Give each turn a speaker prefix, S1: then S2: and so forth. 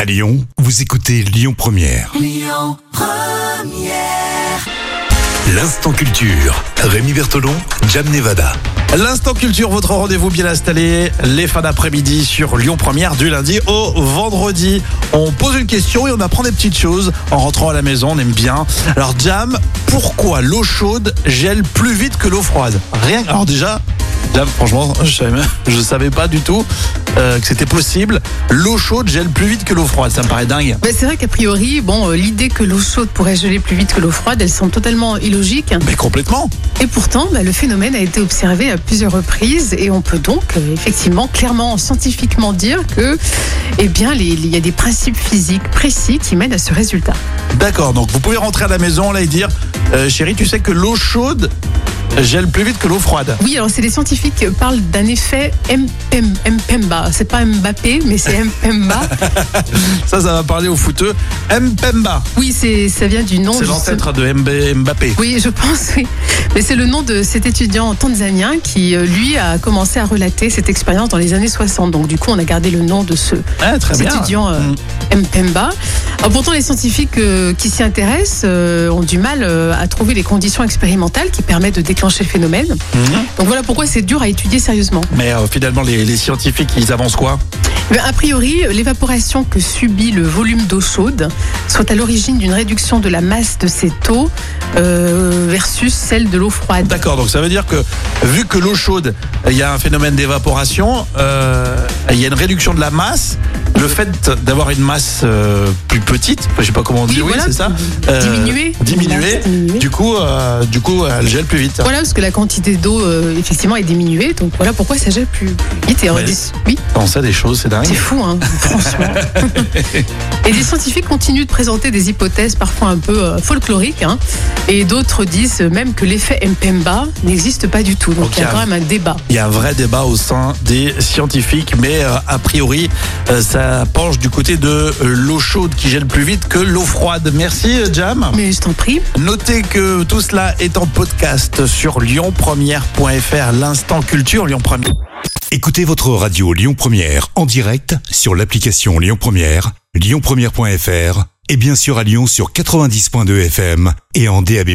S1: À Lyon, vous écoutez Lyon Première. L'instant culture. Rémi Bertolon, Jam Nevada.
S2: L'instant culture, votre rendez-vous bien installé, les fins d'après-midi sur Lyon Première du lundi au vendredi. On pose une question et on apprend des petites choses en rentrant à la maison, on aime bien. Alors Jam, pourquoi l'eau chaude gèle plus vite que l'eau froide Rien. que- Alors déjà, Jam, franchement, je savais, même- je savais pas du tout euh, que c'était possible. L'eau chaude gèle plus vite que l'eau froide, ça me paraît dingue.
S3: Ben, c'est vrai qu'a priori, bon, euh, l'idée que l'eau chaude pourrait geler plus vite que l'eau froide, elle semble totalement illogique.
S2: Mais complètement.
S3: Et pourtant, ben, le phénomène a été observé à plusieurs reprises et on peut donc euh, effectivement, clairement, scientifiquement dire que, eh bien, les- il y a des principes physiques précis qui mènent à ce résultat.
S2: D'accord, donc vous pouvez rentrer à la maison là et dire, euh, chérie, tu sais que l'eau chaude gèle plus vite que l'eau froide.
S3: Oui, alors c'est des scientifiques qui parlent d'un effet Mpem- Mpemba. C'est pas Mbappé, mais c'est Mpemba.
S2: Ça, ça va parler au footeux. Mpemba,
S3: Oui, c'est ça vient du nom.
S2: c'est
S3: justement-
S2: l'ancêtre de Mb- Mbappé.
S3: Oui, je pense, oui. Mais c'est le nom de cet étudiant tanzanien qui, euh, lui, a commencé à relater cette expérience dans les années 60. Donc, du coup, on a gardé le nom de ce,
S2: Ah, très
S3: cet
S2: bien.
S3: étudiant euh,
S2: Mm.
S3: Mpemba. Alors, pourtant, les scientifiques euh, qui s'y intéressent euh, ont du mal euh, à trouver les conditions expérimentales qui permettent de déclencher le phénomène.
S2: Mhm.
S3: Donc, voilà pourquoi c'est dur à étudier sérieusement.
S2: Mais euh, finalement, les, les scientifiques, ils avancent quoi
S3: Mais a priori, l'évaporation que subit le volume d'eau chaude soit à l'origine d'une réduction de la masse de cette eau euh, versus celle de l'eau froide.
S2: D'accord, donc ça veut dire que vu que l'eau chaude, il y a un phénomène d'évaporation, euh, il y a une réduction de la masse. Le fait d'avoir une masse euh, plus petite, je sais pas comment on dit,
S3: Oui,
S2: oui,
S3: voilà.
S2: c'est ça
S3: Diminuée.
S2: Diminuée.
S3: Masse diminuée.
S2: Euh, Du coup, euh, du coup, elle gèle plus vite.
S3: Voilà, parce que la quantité d'eau, euh, effectivement, est diminuée. Donc voilà pourquoi ça gèle plus, plus vite. Et alors,
S2: Ouais.
S3: des- Oui,
S2: On sait des choses, c'est dingue.
S3: c'est fou, hein, franchement. et des scientifiques continuent de présenter des hypothèses parfois un peu euh, folkloriques. hein. et d'autres disent même que l'effet Mpemba n'existe pas du tout. Donc
S2: Ok.
S3: il y a quand même un débat.
S2: Il y a un vrai débat au sein des scientifiques, mais euh, a priori, euh, ça penche du côté de euh, l'eau chaude qui gèle plus vite que l'eau froide. Merci, euh, Jam.
S3: Mais je t'en prie.
S2: Notez que tout cela est en podcast sur lyonpremière.fr, l'instant culture Lyon Première.
S1: Écoutez votre radio Lyon Première en direct sur l'application Lyon Première, lyonpremière.fr et bien sûr à Lyon sur 90.2 FM et en DAB+.